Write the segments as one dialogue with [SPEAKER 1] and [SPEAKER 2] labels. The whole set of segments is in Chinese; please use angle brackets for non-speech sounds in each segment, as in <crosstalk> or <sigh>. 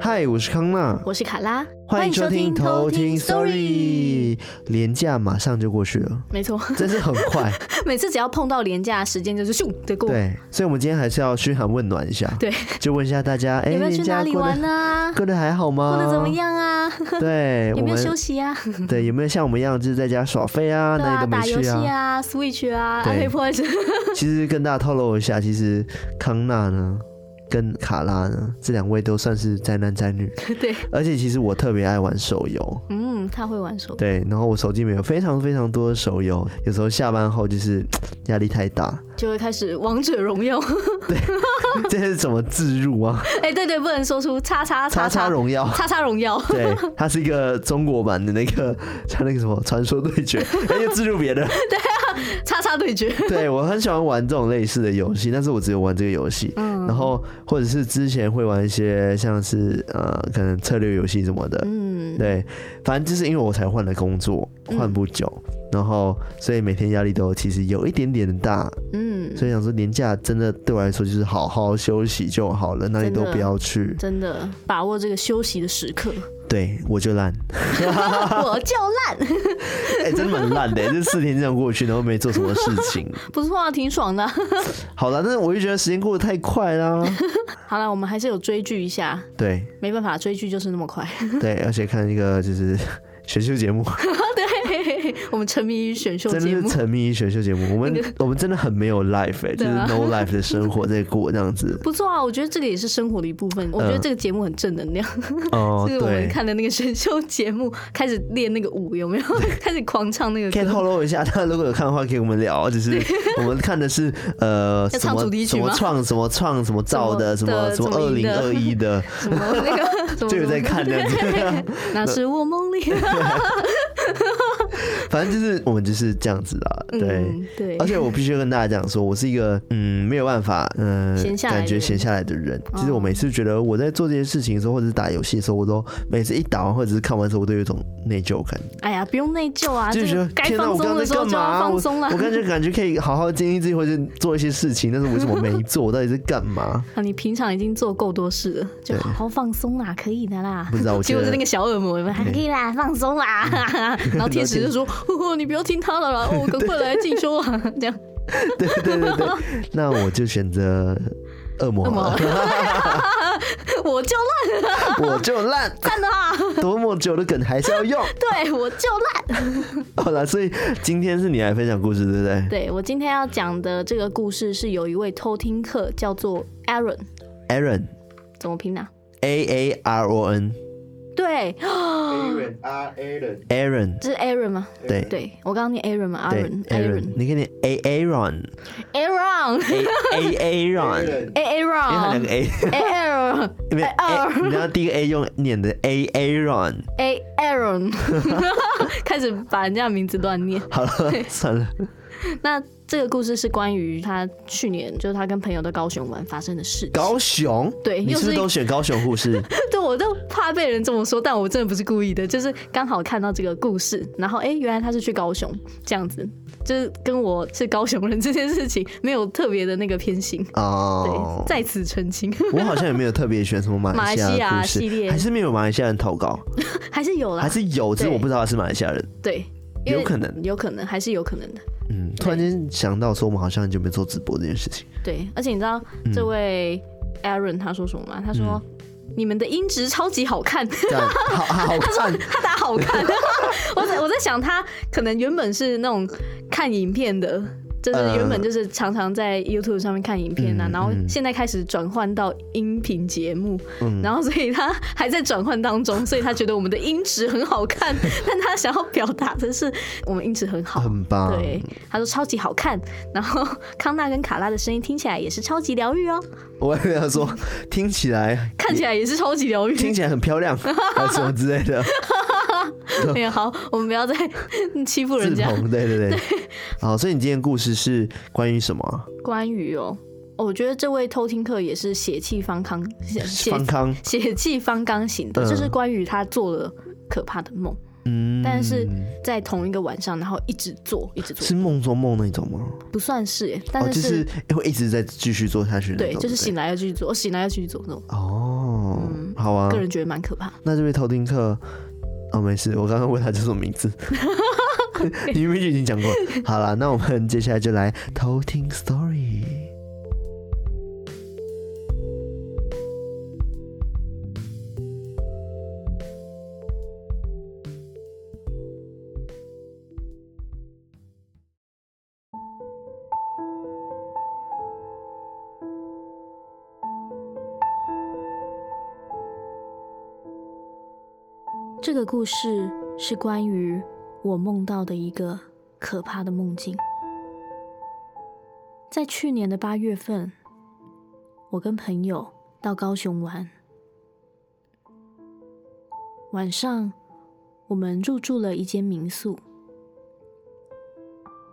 [SPEAKER 1] 嗨，我是康纳，
[SPEAKER 2] 我是卡拉，
[SPEAKER 1] 欢迎收听偷听 Story。廉价马上就过去了，
[SPEAKER 2] 没错， <laughs>
[SPEAKER 1] 真是很快。
[SPEAKER 2] 每次只要碰到廉价时间，就是咻的过。
[SPEAKER 1] 对，所以我们今天还是要嘘寒问暖一下，
[SPEAKER 2] 对，
[SPEAKER 1] 就问一下大家，哎，
[SPEAKER 2] 有没有去
[SPEAKER 1] 廉
[SPEAKER 2] 哪
[SPEAKER 1] 假
[SPEAKER 2] 里
[SPEAKER 1] 过
[SPEAKER 2] 玩
[SPEAKER 1] 得 <laughs>
[SPEAKER 2] 啊？
[SPEAKER 1] 过得还好吗？
[SPEAKER 2] 过得怎么？样啊？
[SPEAKER 1] 对，
[SPEAKER 2] 有
[SPEAKER 1] 我
[SPEAKER 2] 没有
[SPEAKER 1] 们
[SPEAKER 2] 休息啊？
[SPEAKER 1] 对有没有像我们一样，就是在家耍废啊，
[SPEAKER 2] 对
[SPEAKER 1] 哪里
[SPEAKER 2] 啊，
[SPEAKER 1] 都没
[SPEAKER 2] 打游
[SPEAKER 1] 去
[SPEAKER 2] 戏啊，Switch 啊，
[SPEAKER 1] 对
[SPEAKER 2] 安倍破坏者。
[SPEAKER 1] 其实跟大家透露一下，其实康纳呢跟卡拉呢这两位都算是宅男宅女，
[SPEAKER 2] <laughs> 对，
[SPEAKER 1] 而且其实我特别爱玩手游。
[SPEAKER 2] 嗯，他会玩手。
[SPEAKER 1] 对，然后我手机里面有非常非常多的手游，有时候下班后就是压力太大， <laughs>
[SPEAKER 2] 就会开始王者荣耀。
[SPEAKER 1] 这是怎么自入
[SPEAKER 2] <laughs>
[SPEAKER 1] 啊？
[SPEAKER 2] 哎、对对，不能说出叉叉
[SPEAKER 1] 叉
[SPEAKER 2] 叉
[SPEAKER 1] 叉荣耀，
[SPEAKER 2] 叉叉荣耀。
[SPEAKER 1] 对，它是一个中国版的那个，像那个什么传说对
[SPEAKER 2] <laughs>
[SPEAKER 1] 决，哎，就自入别的。
[SPEAKER 2] 叉叉对决，
[SPEAKER 1] 对我很喜欢玩这种类似的游戏，但是我只有玩这个游戏。
[SPEAKER 2] 嗯
[SPEAKER 1] 然后或者是之前会玩一些像是呃，可能策略游戏什么的。
[SPEAKER 2] 嗯，
[SPEAKER 1] 对，反正就是因为我才换了工作，换不久，然后所以每天压力都其实有一点点大，
[SPEAKER 2] 嗯，
[SPEAKER 1] 所以想说年假真的对我来说就是好好休息就好了，哪里都
[SPEAKER 2] 真的
[SPEAKER 1] 不要去。
[SPEAKER 2] 真的把握这个休息的时
[SPEAKER 1] <laughs>
[SPEAKER 2] 刻，
[SPEAKER 1] 对我就烂， <laughs>
[SPEAKER 2] 我就烂，
[SPEAKER 1] 哎、真的蛮烂的、这四天这样过去，然后没做什么事情。
[SPEAKER 2] 不错啊，挺爽的。 <laughs>
[SPEAKER 1] 好了，但是我就觉得时间过得太快啦。
[SPEAKER 2] 好了，我们还是有追剧一下，
[SPEAKER 1] 对
[SPEAKER 2] 没办法，追剧就是那么快。
[SPEAKER 1] 对，而且看一个就是 <laughs> 选秀节目，
[SPEAKER 2] 对， <laughs> 我们沉迷于选秀
[SPEAKER 1] 真的
[SPEAKER 2] 节
[SPEAKER 1] 是
[SPEAKER 2] 目，
[SPEAKER 1] 沉迷于选秀节目。我们我们真的很没有 life，、哎，就
[SPEAKER 2] <laughs> 对
[SPEAKER 1] 是
[SPEAKER 2] 啊。
[SPEAKER 1] no life 的生活在过这样子
[SPEAKER 2] 不错啊，我觉得这个也是生活的一部分。我觉得这个节目很正能量，
[SPEAKER 1] 嗯
[SPEAKER 2] <laughs>
[SPEAKER 1] 哦，
[SPEAKER 2] <laughs> 就是我们
[SPEAKER 1] 对。
[SPEAKER 2] 看的那个选秀节目，开始练那个舞，有
[SPEAKER 1] <laughs>
[SPEAKER 2] 没有？开始狂唱那个
[SPEAKER 1] 可以
[SPEAKER 2] 歌。
[SPEAKER 1] 透露一下，大家如果有看的话，可以跟我们聊。就是我们看的是呃，
[SPEAKER 2] <laughs>
[SPEAKER 1] 什
[SPEAKER 2] 要唱
[SPEAKER 1] 么
[SPEAKER 2] 主题曲
[SPEAKER 1] 什么
[SPEAKER 2] 吗
[SPEAKER 1] 创什么创什么造的，什
[SPEAKER 2] 什
[SPEAKER 1] 么
[SPEAKER 2] 么
[SPEAKER 1] 什么二
[SPEAKER 2] 的
[SPEAKER 1] 零二一的，
[SPEAKER 2] 什么
[SPEAKER 1] <laughs>
[SPEAKER 2] 那个什么
[SPEAKER 1] 就有在看这样子。
[SPEAKER 2] <laughs> 那是我梦
[SPEAKER 1] <laughs>
[SPEAKER 2] 里。
[SPEAKER 1] 反正就是我们就是这样子啦，对。
[SPEAKER 2] 嗯，对
[SPEAKER 1] 而，且我必须跟大家讲说，我是一个嗯没有办法嗯、
[SPEAKER 2] 闲下来的
[SPEAKER 1] 感觉
[SPEAKER 2] 人哦
[SPEAKER 1] 闲下来的人。其实我每次觉得我在做这些事情的时候，或者是打游戏的时候，我都每次一打完或者是看完之后，我都有一种内疚感，
[SPEAKER 2] 哎呀，不用内疚啊，
[SPEAKER 1] 就
[SPEAKER 2] 这
[SPEAKER 1] 觉得
[SPEAKER 2] 个该
[SPEAKER 1] 天哪，
[SPEAKER 2] 放
[SPEAKER 1] 我刚
[SPEAKER 2] 松
[SPEAKER 1] 刚
[SPEAKER 2] 的
[SPEAKER 1] 在
[SPEAKER 2] 时候
[SPEAKER 1] 干
[SPEAKER 2] 就
[SPEAKER 1] 嘛
[SPEAKER 2] 要
[SPEAKER 1] 啊？
[SPEAKER 2] 放
[SPEAKER 1] 我
[SPEAKER 2] 松了
[SPEAKER 1] 我。感觉感觉可以好好精力自己，或者是做一些事情，但是我为什么没
[SPEAKER 2] <laughs>
[SPEAKER 1] 做？我到底在干嘛？
[SPEAKER 2] <laughs> 啊，你平常已经做够多事了，就
[SPEAKER 1] 对
[SPEAKER 2] 好好放松啦，可以的啦。
[SPEAKER 1] 不知道我
[SPEAKER 2] 结
[SPEAKER 1] 觉
[SPEAKER 2] <laughs> 果
[SPEAKER 1] 得嗯
[SPEAKER 2] 是那个小恶魔，有没有还可以啦，放松啦。 <laughs> 然后天使就说：“呵呵，你不要听他
[SPEAKER 1] <laughs>
[SPEAKER 2] 的啦，哦，赶快来进修啊。”这样，
[SPEAKER 1] 对对对对，
[SPEAKER 2] <laughs>
[SPEAKER 1] 那我就选择恶魔好了，
[SPEAKER 2] 我就
[SPEAKER 1] <laughs>
[SPEAKER 2] 烂，
[SPEAKER 1] 我就烂，
[SPEAKER 2] 赞的啊，
[SPEAKER 1] <laughs> 多么久的梗还是要用。 <laughs>
[SPEAKER 2] 对我就烂。
[SPEAKER 1] 好了，所以今天是你来分享故事，对不对
[SPEAKER 2] 对我今天要讲的这个故事是有一位偷听客叫做 Aaron，
[SPEAKER 1] ？Aaron
[SPEAKER 2] 怎么拼呢、啊
[SPEAKER 1] A A R O N
[SPEAKER 2] 对，
[SPEAKER 3] Aaron R Aaron，
[SPEAKER 1] Aaron
[SPEAKER 2] 这是 Aaron 吗？
[SPEAKER 1] 对
[SPEAKER 2] 对，我刚刚念 Aaron 嘛
[SPEAKER 1] 对
[SPEAKER 2] ，Aaron，Aaron，Aaron，Aaron，
[SPEAKER 1] 你可以念 A Aaron
[SPEAKER 2] <laughs>
[SPEAKER 1] A A Aaron，因为
[SPEAKER 2] A
[SPEAKER 1] 它两个
[SPEAKER 2] Aaron，哎
[SPEAKER 1] A，
[SPEAKER 2] 哦
[SPEAKER 1] <laughs>
[SPEAKER 2] A
[SPEAKER 1] 因为 A，你知道第一个 A 用念的 A 哎 Aaron，
[SPEAKER 2] A Aaron，开 <laughs> 始把人家的名字乱念。
[SPEAKER 1] 好了，算
[SPEAKER 2] <laughs>
[SPEAKER 1] 了，
[SPEAKER 2] 那这个故事是关于他去年，就是他跟朋友到高雄玩发生的事情。 <laughs>
[SPEAKER 1] 高雄，
[SPEAKER 2] 对
[SPEAKER 1] 你
[SPEAKER 2] 又
[SPEAKER 1] 是不
[SPEAKER 2] 是
[SPEAKER 1] 是
[SPEAKER 2] 一
[SPEAKER 1] 都选高雄护
[SPEAKER 2] <laughs>
[SPEAKER 1] 士？
[SPEAKER 2] 对，我都怕被人这么说，但我真的不是故意的，就是刚好看到这个故事，然后哎、诶原来他是去高雄这样子，就是跟我是高雄人这件事情没有特别的那个偏心。
[SPEAKER 1] 哦
[SPEAKER 2] 对，，在此澄清， <laughs>
[SPEAKER 1] 我好像也没有特别选什么马来西亚的故事，
[SPEAKER 2] 马来西亚系列
[SPEAKER 1] 还是没有马来西亚人投稿，
[SPEAKER 2] 还是有啦，
[SPEAKER 1] 还是有，只是
[SPEAKER 2] 对
[SPEAKER 1] 我不知道他是马来西亚人。
[SPEAKER 2] 对，因为
[SPEAKER 1] 有可能
[SPEAKER 2] 有可能，还是有可能的。
[SPEAKER 1] 嗯，突然间想到说，我们好像很久没做直播这件事情。
[SPEAKER 2] 对，而且你知道这位 Aaron 他说什么吗？他说、
[SPEAKER 1] 嗯
[SPEAKER 2] 你们的音质超级好看。 <laughs>
[SPEAKER 1] 这样好好看，
[SPEAKER 2] 他打好看， <laughs> 我在我在想他可能原本是那种看影片的，就是
[SPEAKER 1] 呃
[SPEAKER 2] 原本就是常常在 YouTube 上面看影片啊，
[SPEAKER 1] 嗯
[SPEAKER 2] 然后
[SPEAKER 1] 嗯
[SPEAKER 2] 现在开始转换到音频节目，
[SPEAKER 1] 嗯
[SPEAKER 2] 然后所以他还在转换当中，所以他觉得我们的音质很好看， <laughs> 但他想要表达的是我们音质很好，
[SPEAKER 1] 很棒。
[SPEAKER 2] 对，他说超级好看，然后康纳跟卡拉的声音听起来也是超级疗愈哦，
[SPEAKER 1] 我也要说，听起来
[SPEAKER 2] 看起来也是超级疗愈。 <laughs>
[SPEAKER 1] 听起来很漂亮，还是什么之类的，
[SPEAKER 2] 哎呀，好，我们不要再欺负
[SPEAKER 1] 自
[SPEAKER 2] 人家。
[SPEAKER 1] 捧，对对对。好，所以你今天的故事是关于什么啊？
[SPEAKER 2] 关于哦，哦我觉得这位偷听客也是血气方刚，血血
[SPEAKER 1] 方康，
[SPEAKER 2] 血气方刚型的，
[SPEAKER 1] 嗯
[SPEAKER 2] 就是关于他做了可怕的梦，
[SPEAKER 1] 嗯，
[SPEAKER 2] 但是在同一个晚上，然后一直做，一直做，
[SPEAKER 1] 是梦中梦那种吗？
[SPEAKER 2] 不算是耶，
[SPEAKER 1] 哦，
[SPEAKER 2] 但
[SPEAKER 1] 就是是会一直在继续做下去那
[SPEAKER 2] 对，
[SPEAKER 1] 种。
[SPEAKER 2] 就是
[SPEAKER 1] 对
[SPEAKER 2] 醒来要继续做，醒来要继续做那种。
[SPEAKER 1] 哦，好啊
[SPEAKER 2] 个，人觉得蛮可怕。
[SPEAKER 1] 那这位偷听客，哦，没事，我刚刚问他叫什么名
[SPEAKER 2] <laughs>
[SPEAKER 1] 字，你明明就已经讲过了。好啦，那我们接下来就来偷听 story。
[SPEAKER 2] 这个故事是关于我梦到的一个可怕的梦境。在去年的八月份，我跟朋友到高雄玩，晚上我们入住了一间民宿。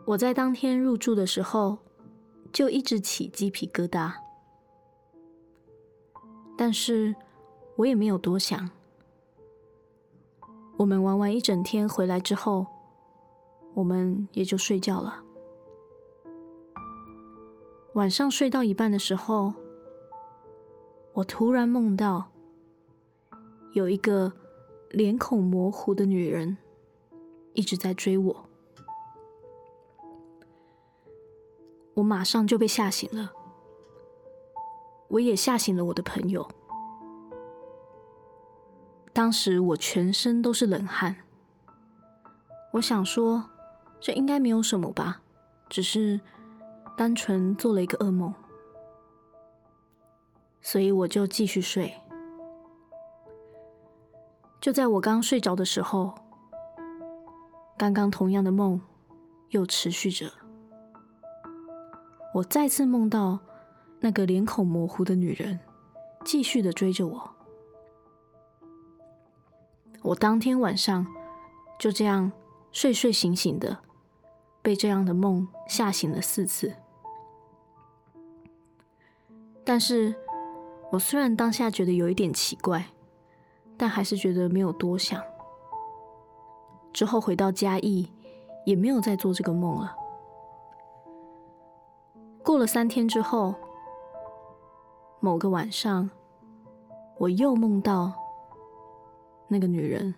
[SPEAKER 2] 我在当天入住的时候，就一直起鸡皮疙瘩，但是我也没有多想。我们玩完一整天回来之后，我们也就睡觉了。晚上睡到一半的时候，我突然梦到有一个脸孔模糊的女人一直在追我，我马上就被吓醒了，我也吓醒了我的朋友。当时我全身都是冷汗。我想说，这应该没有什么吧，只是单纯做了一个噩梦，所以我就继续睡。就在我刚睡着的时候，刚刚同样的梦又持续着。我再次梦到那个脸孔模糊的女人，继续的追着我。我当天晚上就这样睡睡醒醒的，被这样的梦吓醒了四次。但是我虽然当下觉得有一点奇怪，但还是觉得没有多想。之后回到嘉义，也没有再做这个梦了。过了三天之后，某个晚上，我又梦到那个女人，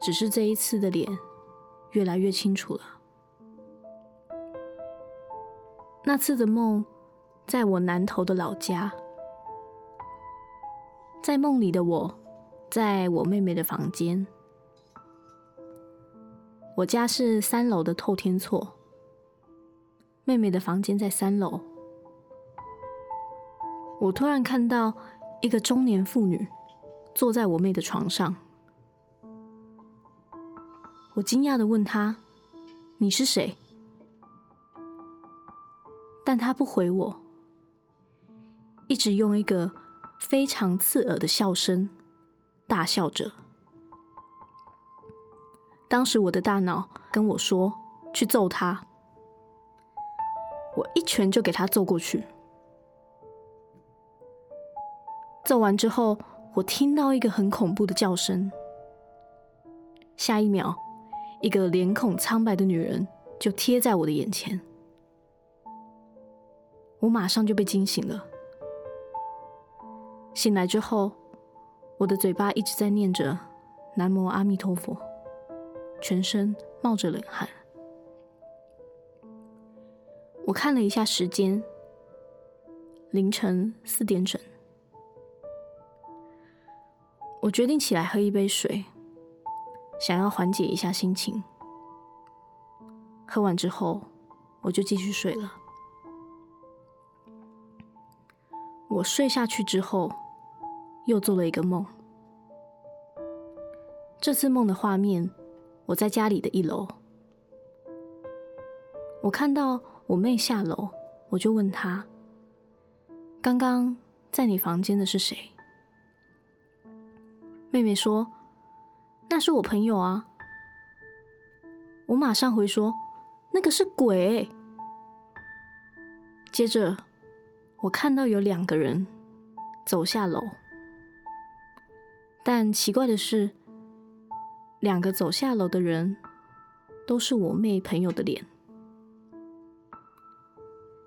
[SPEAKER 2] 只是这一次的脸越来越清楚了。那次的梦，在我南投的老家。在梦里的我，在我妹妹的房间。我家是三楼的透天厝，妹妹的房间在三楼。我突然看到一个中年妇女，坐在我妹的床上。我惊讶的问她：“你是谁？”但她不回我，一直用一个非常刺耳的笑声大笑着。当时我的大脑跟我说：“去揍她。”我一拳就给她揍过去。揍完之后，我听到一个很恐怖的叫声。下一秒，一个脸孔苍白的女人就贴在我的眼前，我马上就被惊醒了。醒来之后，我的嘴巴一直在念着“南无阿弥陀佛”，全身冒着冷汗。我看了一下时间，凌晨四点整。我决定起来喝一杯水，想要缓解一下心情。喝完之后，我就继续睡了。我睡下去之后，又做了一个梦。这次梦的画面，我在家里的一楼，我看到我妹下楼，我就问她：“刚刚在你房间的是谁？”妹妹说：“那是我朋友啊。”我马上回说：“那个是鬼欸、接着，我看到有两个人走下楼，但奇怪的是，两个走下楼的人都是我妹朋友的脸。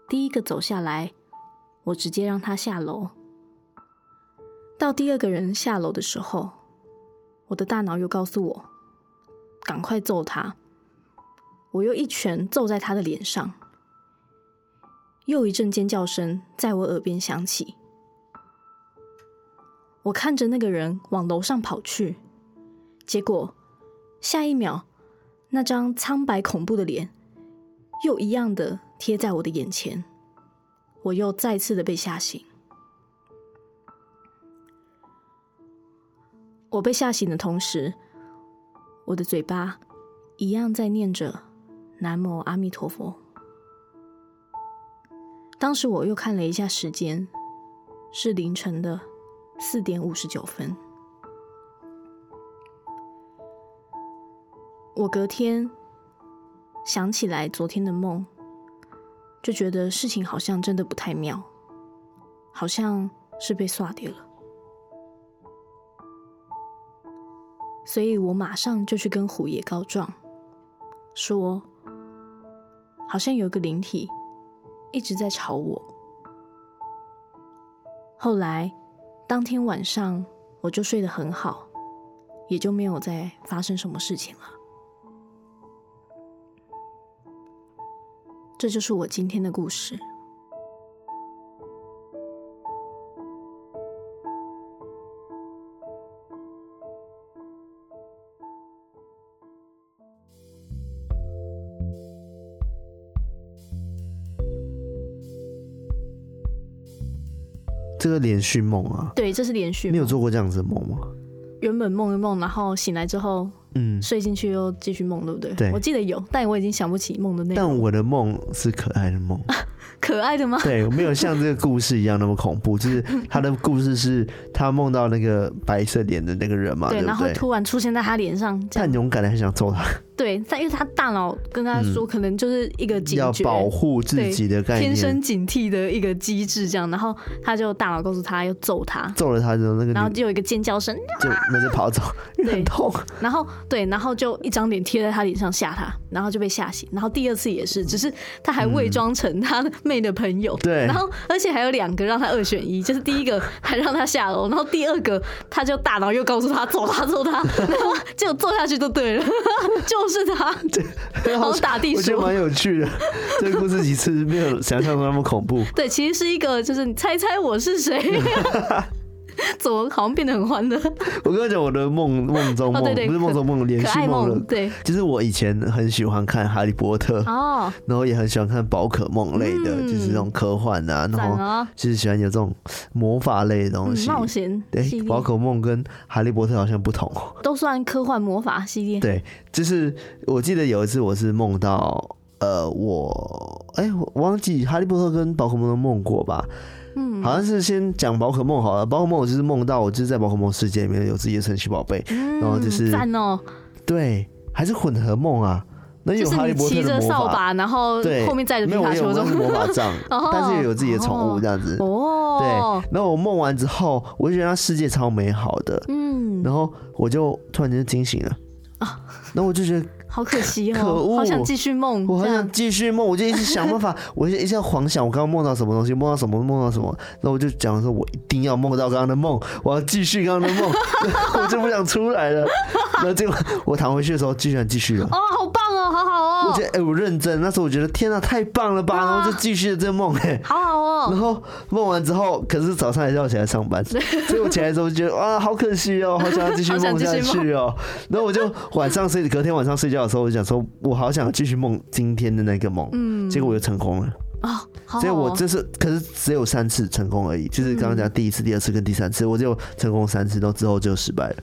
[SPEAKER 2] 第一个走下来，我直接让她下楼。到第二个人下楼的时候，我的大脑又告诉我，赶快揍他。我又一拳揍在他的脸上，又一阵尖叫声在我耳边响起。我看着那个人往楼上跑去，结果下一秒，那张苍白恐怖的脸又一样的贴在我的眼前，我又再次的被吓醒。我被吓醒的同时，我的嘴巴一样在念着“南无阿弥陀佛”。当时我又看了一下时间，是凌晨的四点五十九分。我隔天想起来昨天的梦，就觉得事情好像真的不太妙，好像是被刷掉了。所以我马上就去跟虎爷告状，说好像有个灵体一直在吵我。后来当天晚上我就睡得很好，也就没有再发生什么事情了。这就是我今天的故事。
[SPEAKER 1] 这个连续梦啊，
[SPEAKER 2] 对，这是连续
[SPEAKER 1] 你有
[SPEAKER 2] 梦，
[SPEAKER 1] 做过这样子的梦吗？
[SPEAKER 2] 原本梦一梦，然后醒来之后
[SPEAKER 1] 嗯，
[SPEAKER 2] 睡进去又继续梦，对不对？
[SPEAKER 1] 对
[SPEAKER 2] 我记得有，但我已经想不起梦的内容。
[SPEAKER 1] 但我的梦是可爱的梦，
[SPEAKER 2] 可爱的吗？
[SPEAKER 1] 对，没有像这个故事一样那么恐怖。就是他的故事是他梦到那个白色脸的那个人嘛，对
[SPEAKER 2] 然
[SPEAKER 1] 不
[SPEAKER 2] 后
[SPEAKER 1] 对？
[SPEAKER 2] 突然出现在他脸上，这
[SPEAKER 1] 他
[SPEAKER 2] 样
[SPEAKER 1] 很勇敢的，很想揍他，
[SPEAKER 2] 对，但因为他大脑跟他说，可能就是一个警
[SPEAKER 1] 嗯要
[SPEAKER 2] 觉，
[SPEAKER 1] 保护自
[SPEAKER 2] 对
[SPEAKER 1] 己的概
[SPEAKER 2] 天
[SPEAKER 1] 念。
[SPEAKER 2] 生警惕的一个机制，这样，然后他就大脑告诉他要揍他，
[SPEAKER 1] 揍了他之后，那个
[SPEAKER 2] 然后
[SPEAKER 1] 女
[SPEAKER 2] 就有一个尖叫声，
[SPEAKER 1] 就那就跑走，因为很
[SPEAKER 2] 对
[SPEAKER 1] 痛。
[SPEAKER 2] 然后对，然后就一张脸贴在他脸上吓他，然后就被吓醒，然后第二次也是，只是他还伪装成他妹的朋友，
[SPEAKER 1] 对
[SPEAKER 2] 然后而且还有两个让他二选一，就是第一个还让他下楼，然后第二个他就大脑又告诉他揍他揍 <laughs> 他，然后结果揍下去就对了， <laughs> 就是他，然后打地
[SPEAKER 1] 我觉得
[SPEAKER 2] 鼠。
[SPEAKER 1] 蛮有趣
[SPEAKER 2] <laughs>
[SPEAKER 1] 的。这个故事其实没有想象中那么恐怖。
[SPEAKER 2] 对，其实是一个，就是你猜猜我是谁， <laughs> 怎么好像变得很欢乐？
[SPEAKER 1] 我跟你讲，我的梦梦中梦、
[SPEAKER 2] 哦对对
[SPEAKER 1] 不是梦中梦，连
[SPEAKER 2] 可
[SPEAKER 1] 续
[SPEAKER 2] 爱
[SPEAKER 1] 梦
[SPEAKER 2] 梦，
[SPEAKER 1] 了。
[SPEAKER 2] 对，
[SPEAKER 1] 就是我以前很喜欢看《哈利波特》
[SPEAKER 2] 哦，
[SPEAKER 1] 然后也很喜欢看宝可梦类的，
[SPEAKER 2] 嗯
[SPEAKER 1] 就是这种科幻啊，
[SPEAKER 2] 赞
[SPEAKER 1] 然后
[SPEAKER 2] 啊，
[SPEAKER 1] 就是喜欢有这种魔法类的东
[SPEAKER 2] 嗯
[SPEAKER 1] 西。
[SPEAKER 2] 冒险系
[SPEAKER 1] 对，
[SPEAKER 2] 列
[SPEAKER 1] 宝可梦跟《哈利波特》好像不同哦。
[SPEAKER 2] 都算科幻魔法系列，
[SPEAKER 1] 对，就是我记得有一次我是梦到，呃，我哎、我忘记哈利波特跟宝可梦都梦过吧？嗯，好像是先讲宝可梦好了。宝可梦我就是梦到我就是在宝可梦世界里面有自己的神奇宝贝，
[SPEAKER 2] 嗯，
[SPEAKER 1] 然后就是
[SPEAKER 2] 赞哦，
[SPEAKER 1] 对，还是混合梦啊？那也
[SPEAKER 2] 就
[SPEAKER 1] 有
[SPEAKER 2] 是
[SPEAKER 1] 哈利
[SPEAKER 2] 你
[SPEAKER 1] 波特
[SPEAKER 2] 骑
[SPEAKER 1] 的
[SPEAKER 2] 着
[SPEAKER 1] 魔
[SPEAKER 2] 扫
[SPEAKER 1] 法，
[SPEAKER 2] 把，然后
[SPEAKER 1] 对，
[SPEAKER 2] 后面载着皮
[SPEAKER 1] 没有
[SPEAKER 2] 卡
[SPEAKER 1] 我有
[SPEAKER 2] 丘
[SPEAKER 1] 我
[SPEAKER 2] 这
[SPEAKER 1] 是
[SPEAKER 2] 种，，
[SPEAKER 1] 魔法杖
[SPEAKER 2] <laughs> 哦
[SPEAKER 1] 但是也有自己的宠物
[SPEAKER 2] 哦
[SPEAKER 1] 这样子。对
[SPEAKER 2] <laughs> 哦，，
[SPEAKER 1] 然后我梦完之后，我就觉得那世界超美好的，
[SPEAKER 2] 嗯，
[SPEAKER 1] 然后我就突然间惊醒了，
[SPEAKER 2] 啊
[SPEAKER 1] 然后我就觉得
[SPEAKER 2] 好可惜
[SPEAKER 1] 可
[SPEAKER 2] 哦，
[SPEAKER 1] 恶
[SPEAKER 2] 好想继续梦，
[SPEAKER 1] 我
[SPEAKER 2] 这
[SPEAKER 1] 很想
[SPEAKER 2] 样
[SPEAKER 1] 继续梦，我就一直想 <laughs> 办法，我就一直要狂想我刚刚梦到什么东西，梦到什么，梦到什么。然后我就讲说，我一定要梦 <laughs> 到刚刚的梦，我要继续刚刚的梦，我就不想出来了。然后结果我躺回去的时候，居然继续了。
[SPEAKER 2] 哦，好棒哦，好好
[SPEAKER 1] 我觉
[SPEAKER 2] 哦，
[SPEAKER 1] 得，哎、我认真。那时候我觉得，天哪、太棒了吧！然后就继续了这个梦、哎。
[SPEAKER 2] 好好
[SPEAKER 1] 然
[SPEAKER 2] 哦，
[SPEAKER 1] 后梦完之后，可是早上还是要起来上 <laughs> 班，所以我起来之后就觉得哇，好可惜哦，好想要继续
[SPEAKER 2] 好想
[SPEAKER 1] 梦
[SPEAKER 2] 继
[SPEAKER 1] 下
[SPEAKER 2] 续
[SPEAKER 1] 去 <laughs> 哦。然后我就晚上睡，隔天晚上睡觉的时候，我就想说，我好想继续梦今天的那个梦，嗯，结果我就成功了。
[SPEAKER 2] 哦，好好哦，嗯
[SPEAKER 1] 所以我这是可是只有三次成功而已，就是刚刚讲第一次、第二次跟第三次，我只有成功三次，都之后就失败了。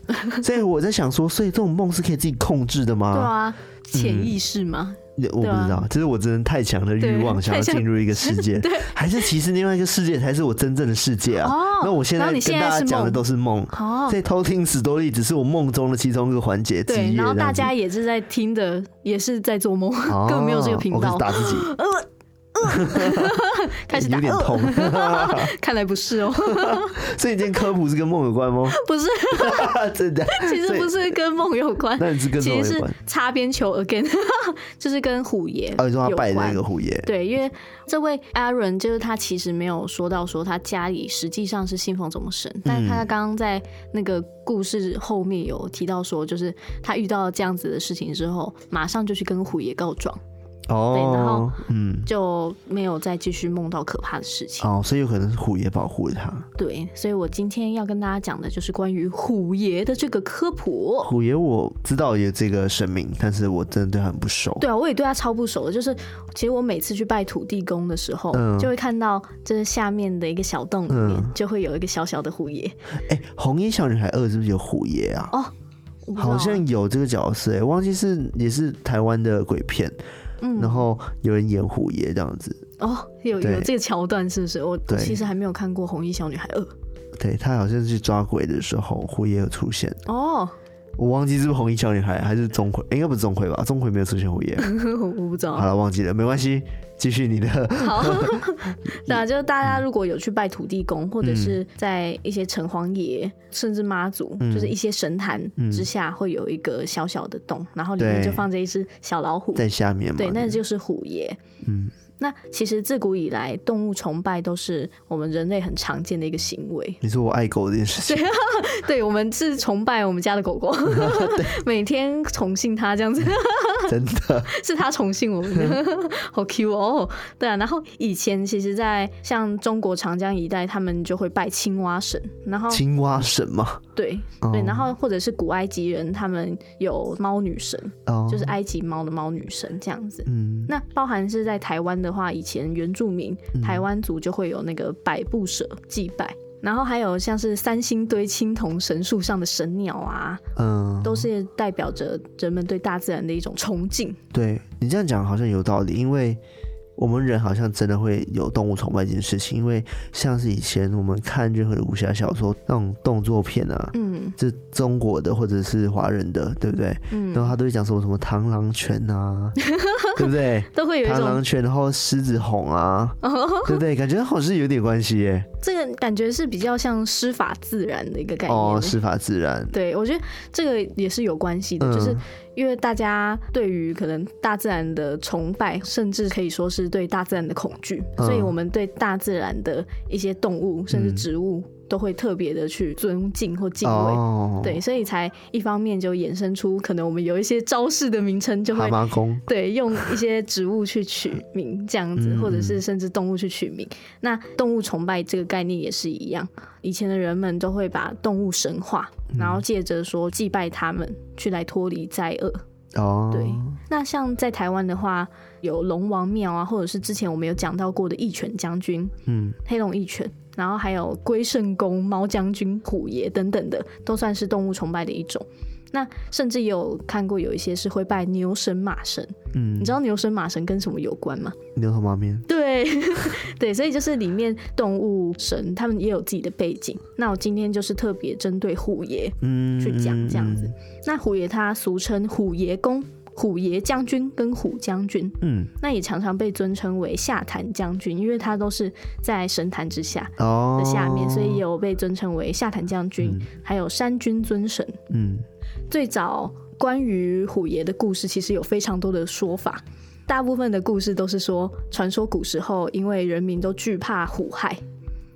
[SPEAKER 1] 所以我在想说，所以这种梦是可以自己控制的
[SPEAKER 2] 对
[SPEAKER 1] 吗？
[SPEAKER 2] 啊，潜意识嘛，
[SPEAKER 1] 我不知道，就是我真的太强的欲望，
[SPEAKER 2] 对
[SPEAKER 1] 想要
[SPEAKER 2] 太强
[SPEAKER 1] 进入一个世
[SPEAKER 2] <laughs>
[SPEAKER 1] 界，还是其实另外一个世界才是我真正的世界啊？
[SPEAKER 2] 哦
[SPEAKER 1] 那我现在
[SPEAKER 2] 然后
[SPEAKER 1] 跟
[SPEAKER 2] 你现在
[SPEAKER 1] 大家
[SPEAKER 2] 是
[SPEAKER 1] 讲的
[SPEAKER 2] 梦
[SPEAKER 1] 都是梦，
[SPEAKER 2] 哦，
[SPEAKER 1] 所以偷听史多利只是我梦中的其中一个环节之
[SPEAKER 2] 对，
[SPEAKER 1] 一。
[SPEAKER 2] 然后
[SPEAKER 1] 这样
[SPEAKER 2] 大
[SPEAKER 1] 子
[SPEAKER 2] 家也是在听的，也是在做梦，
[SPEAKER 1] 哦
[SPEAKER 2] <laughs> 根本没有这个频
[SPEAKER 1] 我可
[SPEAKER 2] 道
[SPEAKER 1] 是。打自己，
[SPEAKER 2] 呃呃 <laughs> 开始打
[SPEAKER 1] 有点痛。啊
[SPEAKER 2] <laughs>
[SPEAKER 1] <laughs>
[SPEAKER 2] 看来不是哦，
[SPEAKER 1] 所以你今天科普是跟梦有关吗？<laughs>
[SPEAKER 2] 不是，
[SPEAKER 1] 真的？
[SPEAKER 2] 其实不
[SPEAKER 1] 所以。
[SPEAKER 2] 是跟梦有关，
[SPEAKER 1] 那你是跟什
[SPEAKER 2] 其
[SPEAKER 1] 么
[SPEAKER 2] 实
[SPEAKER 1] 有
[SPEAKER 2] 是
[SPEAKER 1] 关？
[SPEAKER 2] 擦边球 again，就是 <laughs> 跟虎爷有
[SPEAKER 1] 哦，
[SPEAKER 2] 关。
[SPEAKER 1] 你说他拜的那个虎爷，
[SPEAKER 2] 对，因为这位 Aaron 就是他其实没有说到说他家里实际上是信奉什么神，但
[SPEAKER 1] 嗯
[SPEAKER 2] 是他刚刚在那个故事后面有提到说，就是他遇到这样子的事情之后，马上就去跟虎爷告状，对然
[SPEAKER 1] 哦
[SPEAKER 2] 后，
[SPEAKER 1] 嗯，
[SPEAKER 2] 就没有再继续梦到可怕的事情。
[SPEAKER 1] 哦，所以有可能是虎爷保护了他。
[SPEAKER 2] 对，所以我今天要跟大家讲的就是关于虎爷的这个科普。
[SPEAKER 1] 虎爷我知道有这个神明，但是我真的对他很不熟。
[SPEAKER 2] 对啊，我也对他超不熟的。就是，其实我每次去拜土地公的时候，
[SPEAKER 1] 嗯
[SPEAKER 2] 就会看到就是下面的一个小洞里面、
[SPEAKER 1] 嗯
[SPEAKER 2] 就会有一个小小的虎爷。哦
[SPEAKER 1] 哎、红衣小女孩二》是不是有虎爷啊？
[SPEAKER 2] 我不知道
[SPEAKER 1] 好像有这个角色、哎，忘记是也是台湾的鬼片，
[SPEAKER 2] 嗯
[SPEAKER 1] 然后有人演虎爷这样子。
[SPEAKER 2] 哦，有
[SPEAKER 1] 对
[SPEAKER 2] 有这个桥段是不是？我
[SPEAKER 1] 对
[SPEAKER 2] 其实还没有看过《红衣小女孩二》
[SPEAKER 1] 对他好像是去抓鬼的时候，虎爷有出现。
[SPEAKER 2] 哦， <laughs>
[SPEAKER 1] 我忘记是不是红衣小女孩还是钟馗、哎应该不是钟馗吧？钟馗没有出现虎爷。
[SPEAKER 2] 我不知
[SPEAKER 1] 好
[SPEAKER 2] 道。
[SPEAKER 1] 了，忘记了，没关系，继续你的。
[SPEAKER 2] <laughs> 好，
[SPEAKER 1] <laughs>
[SPEAKER 2] 对啊，就是大家如果有去拜土地公，或
[SPEAKER 1] 嗯
[SPEAKER 2] 者是在一些城隍爷，甚至妈祖，
[SPEAKER 1] 嗯
[SPEAKER 2] 就是一些神坛之下，会有一个小小的洞，然后里面
[SPEAKER 1] 对
[SPEAKER 2] 就放着一只小老虎。
[SPEAKER 1] 在下面嘛。
[SPEAKER 2] 对，那就是虎爷。
[SPEAKER 1] 嗯，
[SPEAKER 2] 那其实自古以来，动物崇拜都是我们人类很常见的一个行为。
[SPEAKER 1] 你说我爱狗这件事情，
[SPEAKER 2] 对，我们是崇拜我们家的狗狗， <laughs> 每天宠幸它这样子，
[SPEAKER 1] <laughs> 真的，
[SPEAKER 2] 是它宠幸我们
[SPEAKER 1] <laughs>
[SPEAKER 2] 的，好 Q 哦。对啊，然后以前其实，在像中国长江一带，他们就会拜青蛙神，然后
[SPEAKER 1] 青蛙神
[SPEAKER 2] <laughs>
[SPEAKER 1] 嘛，
[SPEAKER 2] 对
[SPEAKER 1] 哦
[SPEAKER 2] 对，然后或者是古埃及人，他们有猫女神，
[SPEAKER 1] 哦，
[SPEAKER 2] 就是埃及猫的猫女神这样子。
[SPEAKER 1] 嗯，
[SPEAKER 2] 那包含是在台湾的话，以前原住民台湾族就会有那个百步蛇祭拜，然后还有像是三星堆青铜神树上的神鸟啊，
[SPEAKER 1] 嗯，
[SPEAKER 2] 都是代表着人们对大自然的一种崇敬。
[SPEAKER 1] 对你这样讲好像有道理，因为我们人好像真的会有动物崇拜这件事情，因为像是以前我们看任何的武侠小说那种动作片啊。
[SPEAKER 2] 嗯
[SPEAKER 1] 这中国的或者是华人的，对不对？然
[SPEAKER 2] 嗯，
[SPEAKER 1] 后他都会讲什么什么螳螂拳
[SPEAKER 2] <laughs>
[SPEAKER 1] 啊，对不对？
[SPEAKER 2] 都会有一
[SPEAKER 1] 螳
[SPEAKER 2] 种哦
[SPEAKER 1] 螂拳，然后狮子吼啊，对不对？感觉好像是有点关系耶。
[SPEAKER 2] 这个感觉是比较像施法自然的一个概念。
[SPEAKER 1] 哦，施法自然，
[SPEAKER 2] 对，我觉得这个也是有关系的，就是
[SPEAKER 1] 嗯
[SPEAKER 2] 因为大家对于可能大自然的崇拜，甚至可以说是对大自然的恐惧，
[SPEAKER 1] 嗯
[SPEAKER 2] 所以我们对大自然的一些动物甚至植物都会特别的去尊敬或敬畏。
[SPEAKER 1] 哦，
[SPEAKER 2] 对，所以才一方面就衍生出可能我们有一些招式的名称就
[SPEAKER 1] 蛤
[SPEAKER 2] 会
[SPEAKER 1] 蟆功，
[SPEAKER 2] 对，用一些植物去取名这样子，
[SPEAKER 1] 嗯
[SPEAKER 2] 或者是甚至动物去取名。那动物崇拜这个概念也是一样，以前的人们都会把动物神化，
[SPEAKER 1] 嗯
[SPEAKER 2] 然后借着说祭拜他们，去来脱离灾厄。
[SPEAKER 1] 哦，
[SPEAKER 2] 对，那像在台湾的话，有龙王庙啊，或者是之前我们有讲到过的义犬将军、
[SPEAKER 1] 嗯，
[SPEAKER 2] 黑龙义犬，然后还有龟圣公、猫将军、虎爷等等的，都算是动物崇拜的一种。那甚至也有看过有一些是会拜牛神、马神。
[SPEAKER 1] 嗯，
[SPEAKER 2] 你知道牛神马神跟什么有关吗？
[SPEAKER 1] 牛头马面，
[SPEAKER 2] 对， <laughs> 对，所以就是里面动物神他们也有自己的背景。那我今天就是特别针对虎爷
[SPEAKER 1] 嗯，
[SPEAKER 2] 去讲这样子。
[SPEAKER 1] 嗯，
[SPEAKER 2] 那虎爷他俗称虎爷公、虎爷将军跟虎将军，
[SPEAKER 1] 嗯，
[SPEAKER 2] 那也常常被尊称为下坛将军，因为他都是在神坛之下
[SPEAKER 1] 嗯哦，
[SPEAKER 2] 的下面，所以也有被尊称为下坛将军，还有山军尊神。
[SPEAKER 1] 嗯，
[SPEAKER 2] 最早关于虎爷的故事，其实有非常多的说法。大部分的故事都是说，传说古时候因为人民都惧怕虎害，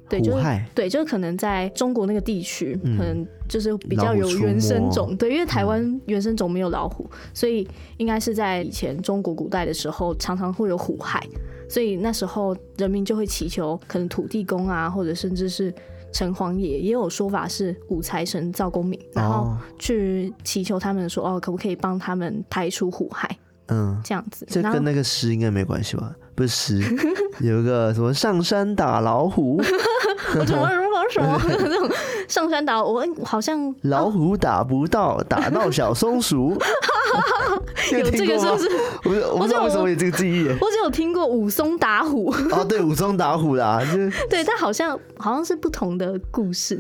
[SPEAKER 2] 对，就
[SPEAKER 1] 虎
[SPEAKER 2] 是
[SPEAKER 1] 害，嗯
[SPEAKER 2] 对，就是可能在中国那个地区，可能就是比
[SPEAKER 1] 老
[SPEAKER 2] 较
[SPEAKER 1] 虎
[SPEAKER 2] 有
[SPEAKER 1] 出
[SPEAKER 2] 原生
[SPEAKER 1] 没嗯
[SPEAKER 2] 种，对，因为台湾原生种没有老虎，所以应该是在以前中国古代的时候，常常会有虎害，所以那时候人民就会祈求，可能土地公啊，或者甚至是城隍爷，也有说法是五财神赵公明，然后
[SPEAKER 1] 哦
[SPEAKER 2] 去祈求他们说，哦，可不可以帮他们排除虎害
[SPEAKER 1] 嗯，
[SPEAKER 2] 这样子，
[SPEAKER 1] 这
[SPEAKER 2] 然后
[SPEAKER 1] 跟那个诗应该没关系吧？不是
[SPEAKER 2] <laughs>
[SPEAKER 1] 诗，有一个什么上山打老虎，
[SPEAKER 2] <laughs> 我什么什么什么那种上山打我，
[SPEAKER 1] <laughs>
[SPEAKER 2] 好像
[SPEAKER 1] 老虎打不到，打到小松
[SPEAKER 2] <laughs>
[SPEAKER 1] 鼠。你
[SPEAKER 2] 有
[SPEAKER 1] 听
[SPEAKER 2] 这个
[SPEAKER 1] 过
[SPEAKER 2] 是
[SPEAKER 1] 吗
[SPEAKER 2] 不是？
[SPEAKER 1] 我不我不知道为什么有这个记忆耶。
[SPEAKER 2] 我只有听过武松打虎， <laughs>
[SPEAKER 1] 哦，对，武松打虎啦，就是
[SPEAKER 2] 对，但好像好像是不同的故事。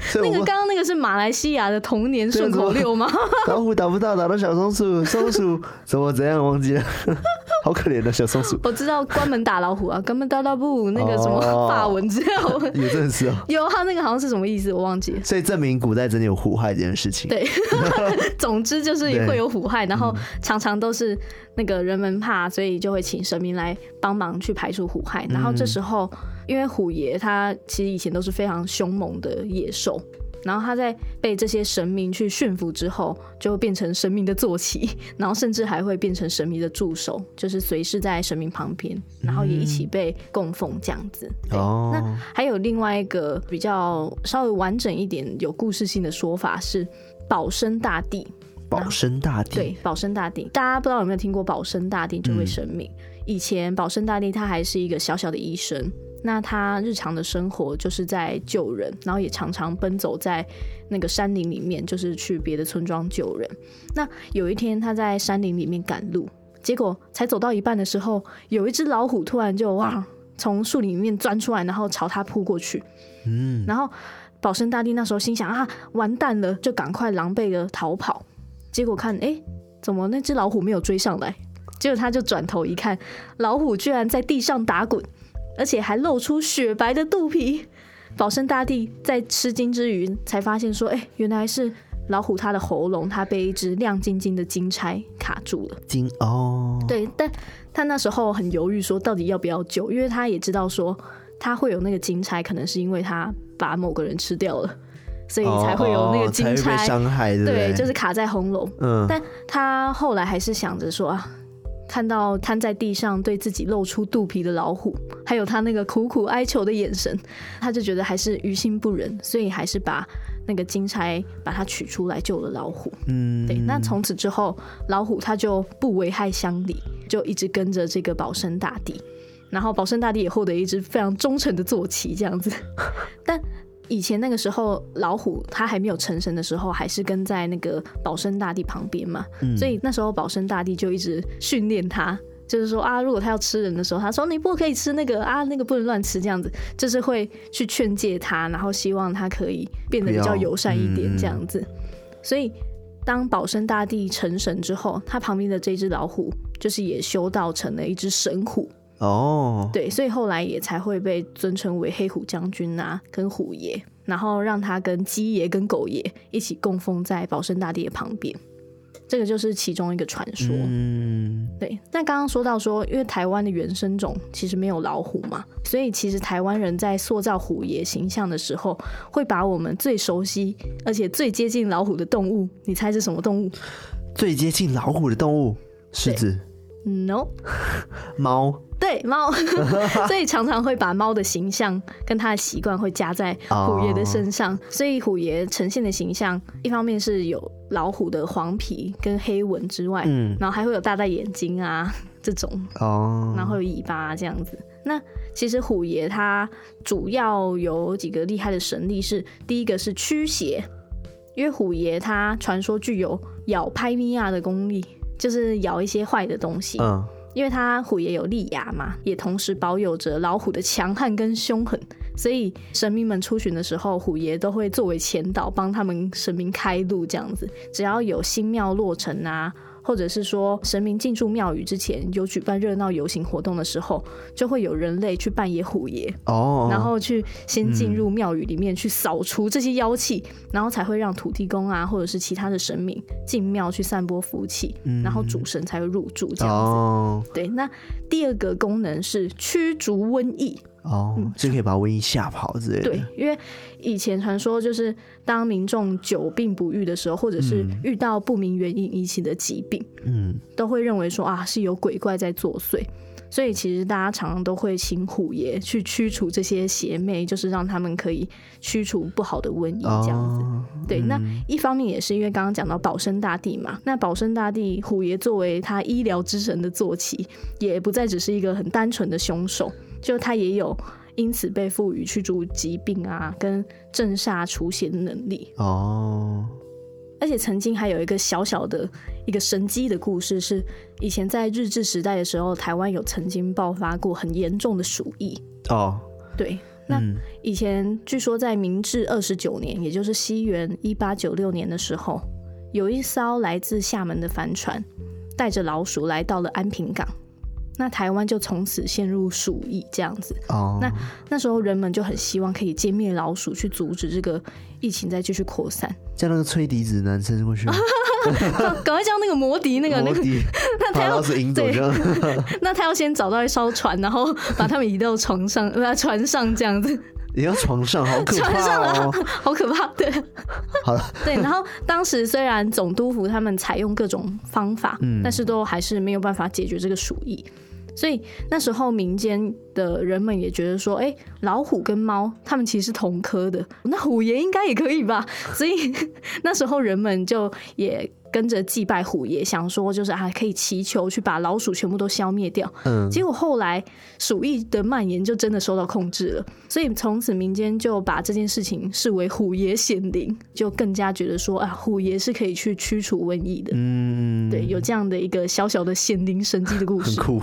[SPEAKER 1] 所以
[SPEAKER 2] 那
[SPEAKER 1] 我
[SPEAKER 2] 个
[SPEAKER 1] 不
[SPEAKER 2] 刚刚那个是马来西亚的童年顺口溜吗？
[SPEAKER 1] 老虎打不到，打到小松鼠，松鼠怎么怎样忘记了？ <laughs> 好可怜的小松鼠
[SPEAKER 2] <laughs> ，我知道关门打老虎啊，关门打老虎那个什么
[SPEAKER 1] 哦
[SPEAKER 2] 法文之类我
[SPEAKER 1] 也真的是哦。
[SPEAKER 2] 有他那个好像是什么意思，我忘记了。
[SPEAKER 1] 所以证明古代真的有胡亥这件事情。
[SPEAKER 2] 对， <laughs> 总之就是
[SPEAKER 1] 对
[SPEAKER 2] 会有虎害，然后常常都是那个人们怕，所以就会请神明来帮忙去排除虎害。然后这时候，因为虎爷他其实以前都是非常凶猛的野兽，然后他在被这些神明去驯服之后，就会变成神明的坐骑， <laughs> 然后甚至还会变成神明的助手，就是随侍在神明旁边，然后也一起被供奉这样子。对
[SPEAKER 1] 哦
[SPEAKER 2] 那，还有另外一个比较稍微完整一点、有故事性的说法是保生大帝。
[SPEAKER 1] 保生大帝，
[SPEAKER 2] 对，保生大帝，大家不知道有没有听过保生大帝这位神明？以前保生大帝他还是一个小小的医生，那他日常的生活就是在救人，然后也常常奔走在那个山林里面，就是去别的村庄救人。那有一天他在山林里面赶路，结果才走到一半的时候，有一只老虎突然就哇从树里面钻出来，然后朝他扑过去。嗯，然后保生大帝那时候心想啊，完蛋了，就赶快狼狈的逃跑。结果看，哎，怎么那只老虎没有追上来？结果他就转头一看，老虎居然在地上打滚，而且还露出雪白的肚皮。保生大帝在吃惊之余，才发现说，哎，原来是老虎它的喉咙，它被一只亮晶晶的金钗卡住了。
[SPEAKER 1] 金哦，
[SPEAKER 2] 对，但他那时候很犹豫，说到底要不要救，因为他也知道说他会有那个金钗，可能是因为他把某个人吃掉了，所以才会有那个
[SPEAKER 1] 哦
[SPEAKER 2] 金
[SPEAKER 1] 才会被
[SPEAKER 2] 钗。
[SPEAKER 1] 伤害，对不
[SPEAKER 2] 对，就是卡在红楼。
[SPEAKER 1] 嗯，
[SPEAKER 2] 但他后来还是想着说啊，看到瘫在地上对自己露出肚皮的老虎，还有他那个苦苦哀求的眼神，他就觉得还是于心不忍，所以还是把那个金钗把它取出来救了老虎。
[SPEAKER 1] 嗯，
[SPEAKER 2] 对，那从此之后，老虎它就不危害乡里，就一直跟着这个保生大帝。然后保生大帝也获得一只非常忠诚的坐骑，这样子。 <laughs> 但以前那个时候，老虎它还没有成神的时候，还是跟在那个保生大帝旁边嘛，
[SPEAKER 1] 嗯
[SPEAKER 2] 所以那时候保生大帝就一直训练它。就是说啊，如果它要吃人的时候，他说你不可以吃那个啊，那个不能乱吃，这样子，就是会去劝诫它，然后希望它可以变得比较
[SPEAKER 1] 不要
[SPEAKER 2] 友善一点
[SPEAKER 1] 嗯
[SPEAKER 2] 这样子。所以当保生大帝成神之后，他旁边的这只老虎就是也修道成了一只神虎，
[SPEAKER 1] 哦，
[SPEAKER 2] 对，所以后来也才会被尊称为黑虎将军啊，跟虎爷，然后让他跟鸡爷跟狗爷一起供奉在保生大帝的旁边，这个就是其中一个传说。
[SPEAKER 1] 嗯，
[SPEAKER 2] 对，那刚刚说到说，因为台湾的原生种其实没有老虎嘛，所以其实台湾人在塑造虎爷形象的时候，会把我们最熟悉而且最接近老虎的动物，你猜是什么动物
[SPEAKER 1] 最接近老虎的动物，狮子、
[SPEAKER 2] ？No，
[SPEAKER 1] 猫，
[SPEAKER 2] 对，猫， <laughs> 所以常常会把猫的形象跟它的习惯会加在虎爷的身上，所以虎爷呈现的形象，一方面是有老虎的黄皮跟黑纹之外，
[SPEAKER 1] 嗯，
[SPEAKER 2] 然后还会有大大眼睛啊 <laughs> 这种，
[SPEAKER 1] 哦，
[SPEAKER 2] 然后有尾巴、这样子。那其实虎爷他主要有几个厉害的神力是，第一个是驱邪，因为虎爷他传说具有咬拍米亚的功力，就是咬一些坏的东西。
[SPEAKER 1] 嗯，
[SPEAKER 2] 因为它虎也有利牙嘛，也同时保有着老虎的强悍跟凶狠，所以神明们出巡的时候，虎爷都会作为前导，帮他们神明开路这样子。只要有新庙落成啊，或者是说神明进驻庙宇之前有举办热闹游行活动的时候，就会有人类去扮演虎爷，
[SPEAKER 1] 哦，
[SPEAKER 2] 然后去先进入庙宇里面去扫除这些妖气，然后才会让土地公啊，或者是其他的神明进庙去散播福气，然后主神才会入住这样子。嗯
[SPEAKER 1] 哦
[SPEAKER 2] 对，那第二个功能是驱逐瘟疫。
[SPEAKER 1] 哦，就可以把瘟疫吓跑之类的，
[SPEAKER 2] 对，因为以前传说就是当民众久病不愈的时候，或者是遇到不明原因引起的疾病，
[SPEAKER 1] 嗯，
[SPEAKER 2] 都会认为说啊是有鬼怪在作祟。所以其实大家常常都会请虎爷去驱除这些邪魅，就是让他们可以驱除不好的瘟疫这样子。
[SPEAKER 1] 哦，
[SPEAKER 2] 对，那一方面也是因为刚刚讲到保生大帝嘛，那保生大帝虎爷作为他医疗之神的坐骑，也不再只是一个很单纯的凶手，就他也有因此被赋予驱逐疾病啊跟镇煞除邪的能力。
[SPEAKER 1] 哦，
[SPEAKER 2] 而且曾经还有一个小小的一个神机的故事，是以前在日治时代的时候，台湾有曾经爆发过很严重的鼠疫，
[SPEAKER 1] 哦，
[SPEAKER 2] 对，那以前据说在明治二十九年，也就是西元一八九六年的时候，有一艘来自厦门的帆船，带着老鼠来到了安平港。那台湾就从此陷入鼠疫这样子。
[SPEAKER 1] 哦，
[SPEAKER 2] 那那时候人们就很希望可以歼灭老鼠，去阻止这个疫情再继续扩散。
[SPEAKER 1] 叫那个吹笛子的男生过去，
[SPEAKER 2] <laughs> 赶赶快将那个魔笛，那个那
[SPEAKER 1] 摩
[SPEAKER 2] 个，
[SPEAKER 1] 笛
[SPEAKER 2] <laughs> 那他
[SPEAKER 1] 把
[SPEAKER 2] 要
[SPEAKER 1] 老鼠引走，
[SPEAKER 2] 对
[SPEAKER 1] 这样 <laughs>
[SPEAKER 2] 那他要先找到一艘船，然后把他们移到床上，呃，船上这样子，
[SPEAKER 1] 也要床上，好可
[SPEAKER 2] 船上
[SPEAKER 1] 怕
[SPEAKER 2] 啊
[SPEAKER 1] 哦。
[SPEAKER 2] 好可怕。对，
[SPEAKER 1] 好了，
[SPEAKER 2] <laughs> 对，然后当时虽然总督府他们采用各种方法，
[SPEAKER 1] 嗯
[SPEAKER 2] 但是都还是没有办法解决这个鼠疫，所以那时候民间的人们也觉得说，哎、老虎跟猫它们其实是同科的，那虎爷应该也可以吧？ <laughs> 所以那时候人们就也跟着祭拜虎爷，想说就是啊，可以祈求去把老鼠全部都消灭掉。
[SPEAKER 1] 嗯，
[SPEAKER 2] 结果后来鼠疫的蔓延就真的受到控制了，所以从此民间就把这件事情视为虎爷显灵，就更加觉得说啊，虎爷是可以去驱除瘟疫的。
[SPEAKER 1] 嗯，
[SPEAKER 2] <laughs> 对，有这样的一个小小的显灵神迹的故
[SPEAKER 1] 很
[SPEAKER 2] 事。
[SPEAKER 1] 酷，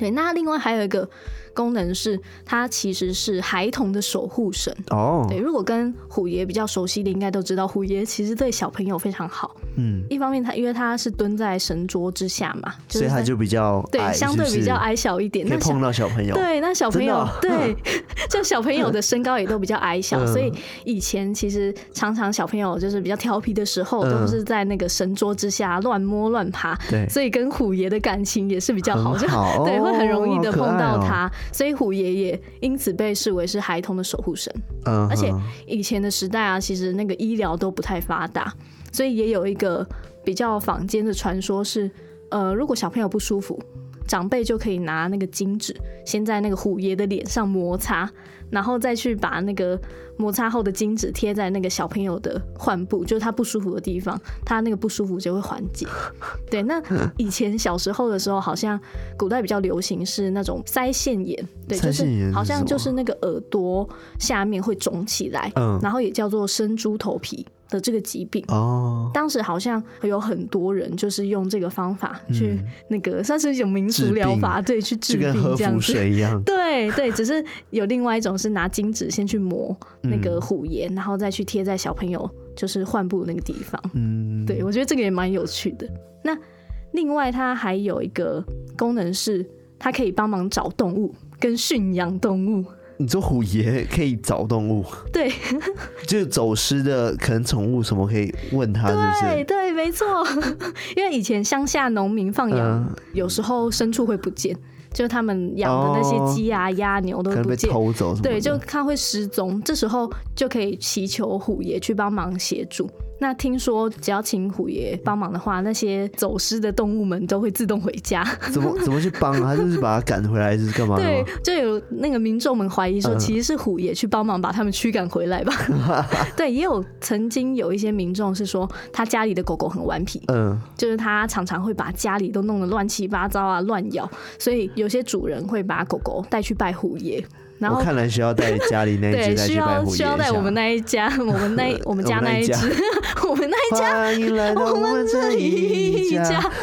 [SPEAKER 2] 对，那另外还有一个功能是，它其实是孩童的守护神。
[SPEAKER 1] 哦
[SPEAKER 2] 对，，如果跟虎爷比较熟悉的，应该都知道虎爷其实对小朋友非常好。
[SPEAKER 1] 嗯，
[SPEAKER 2] 一方面他，因为他是蹲在神桌之下嘛，
[SPEAKER 1] 所以
[SPEAKER 2] 是
[SPEAKER 1] 他
[SPEAKER 2] 在
[SPEAKER 1] 就比较
[SPEAKER 2] 对
[SPEAKER 1] 矮
[SPEAKER 2] 相对
[SPEAKER 1] 是不
[SPEAKER 2] 比
[SPEAKER 1] 是
[SPEAKER 2] 较矮小一点。
[SPEAKER 1] 可以
[SPEAKER 2] 那小
[SPEAKER 1] 碰到小朋友，
[SPEAKER 2] 对，那小朋友、
[SPEAKER 1] 真的啊
[SPEAKER 2] 对， <laughs> 就小朋友的身高也都比较矮小，
[SPEAKER 1] 嗯
[SPEAKER 2] 所以以前其实常常小朋友就是比较调皮的时候，
[SPEAKER 1] 嗯
[SPEAKER 2] 都是在那个神桌之下乱摸乱爬，
[SPEAKER 1] 对，
[SPEAKER 2] 所以跟虎爷的感情也是比较好，
[SPEAKER 1] 很
[SPEAKER 2] 就
[SPEAKER 1] 嗯好，
[SPEAKER 2] <laughs> 对，会很容易的
[SPEAKER 1] 哦
[SPEAKER 2] 碰到，
[SPEAKER 1] 好
[SPEAKER 2] 他，所以虎爷也因此被视为是孩童的守护神。
[SPEAKER 1] 可爱哦嗯，
[SPEAKER 2] 而且
[SPEAKER 1] 嗯
[SPEAKER 2] 以前的时代啊，其实那个医疗都不太发达，所以也有一个比较坊间的传说是，呃，如果小朋友不舒服，长辈就可以拿那个金纸先在那个虎爷的脸上摩擦，然后再去把那个摩擦后的金纸贴在那个小朋友的患部，就是他不舒服的地方，他那个不舒服就会缓解。对，那以前小时候的时候，好像古代比较流行是那种腮腺炎，对，就
[SPEAKER 1] 腮腺炎
[SPEAKER 2] 是
[SPEAKER 1] 是
[SPEAKER 2] 好像
[SPEAKER 1] 什么
[SPEAKER 2] 就是那个耳朵下面会肿起来，
[SPEAKER 1] 嗯
[SPEAKER 2] 然后也叫做生猪头皮的这个疾病。
[SPEAKER 1] 哦，
[SPEAKER 2] 当时好像有很多人就是用这个方法去那个，算是一种民
[SPEAKER 1] 嗯治病
[SPEAKER 2] 俗疗法，对，去治
[SPEAKER 1] 就跟
[SPEAKER 2] 病
[SPEAKER 1] 喝
[SPEAKER 2] 这样
[SPEAKER 1] 符
[SPEAKER 2] 子。
[SPEAKER 1] 水一
[SPEAKER 2] <laughs>
[SPEAKER 1] 样，
[SPEAKER 2] 对对，只是有另外一种是拿金纸先去磨那
[SPEAKER 1] 嗯
[SPEAKER 2] 个虎爷，然后再去贴在小朋友就是患部那个地方。
[SPEAKER 1] 嗯，
[SPEAKER 2] 对，我觉得这个也蛮有趣的。那另外它还有一个功能是，它可以帮忙找动物跟驯养动物。
[SPEAKER 1] 你说虎爷可以找动物，
[SPEAKER 2] 对
[SPEAKER 1] 就是走失的可能宠物什么可以问他，是不
[SPEAKER 2] 对
[SPEAKER 1] 是？
[SPEAKER 2] 对，
[SPEAKER 1] <laughs>
[SPEAKER 2] 没错。因为以前乡下农民放养，
[SPEAKER 1] 嗯
[SPEAKER 2] 有时候牲畜会不见，就是他们养的那些鸡啊、鸭、牛都
[SPEAKER 1] 哦可
[SPEAKER 2] 会
[SPEAKER 1] 能
[SPEAKER 2] 不
[SPEAKER 1] 被
[SPEAKER 2] 见。
[SPEAKER 1] 偷走什么的？
[SPEAKER 2] 对，就它会失踪，这时候就可以祈求虎爷去帮忙协助。那听说只要请虎爷帮忙的话，那些走失的动物们都会自动回家。
[SPEAKER 1] 怎
[SPEAKER 2] <laughs>
[SPEAKER 1] 么怎么去帮啊？他就是把他赶回来是干嘛的
[SPEAKER 2] 对
[SPEAKER 1] 吗？，
[SPEAKER 2] 就有那个民众们怀疑说，
[SPEAKER 1] 嗯
[SPEAKER 2] 其实是虎爷去帮忙把他们驱赶回来吧。
[SPEAKER 1] <laughs>
[SPEAKER 2] 对，也有曾经有一些民众是说，他家里的狗狗很顽皮，
[SPEAKER 1] 嗯，
[SPEAKER 2] 就是他常常会把家里都弄得乱七八糟啊，乱咬，所以有些主人会把狗狗带去拜虎爷，然
[SPEAKER 1] 我
[SPEAKER 2] 后。
[SPEAKER 1] 看来需要
[SPEAKER 2] <laughs>
[SPEAKER 1] 带家里那一
[SPEAKER 2] 对，
[SPEAKER 1] 只再
[SPEAKER 2] 需
[SPEAKER 1] 去拜
[SPEAKER 2] 要
[SPEAKER 1] 虎爷
[SPEAKER 2] 需要
[SPEAKER 1] 一
[SPEAKER 2] 带
[SPEAKER 1] 下 <laughs>
[SPEAKER 2] 我们那一家， <laughs> 我们那我们家
[SPEAKER 1] 我们那
[SPEAKER 2] 那
[SPEAKER 1] 一
[SPEAKER 2] 一
[SPEAKER 1] 家
[SPEAKER 2] 只， <laughs> 我们那一家
[SPEAKER 1] 欢迎来到
[SPEAKER 2] <laughs> 我
[SPEAKER 1] 我
[SPEAKER 2] 们
[SPEAKER 1] 们
[SPEAKER 2] 这
[SPEAKER 1] 这
[SPEAKER 2] 一
[SPEAKER 1] 一
[SPEAKER 2] 家
[SPEAKER 1] 家。
[SPEAKER 2] <laughs>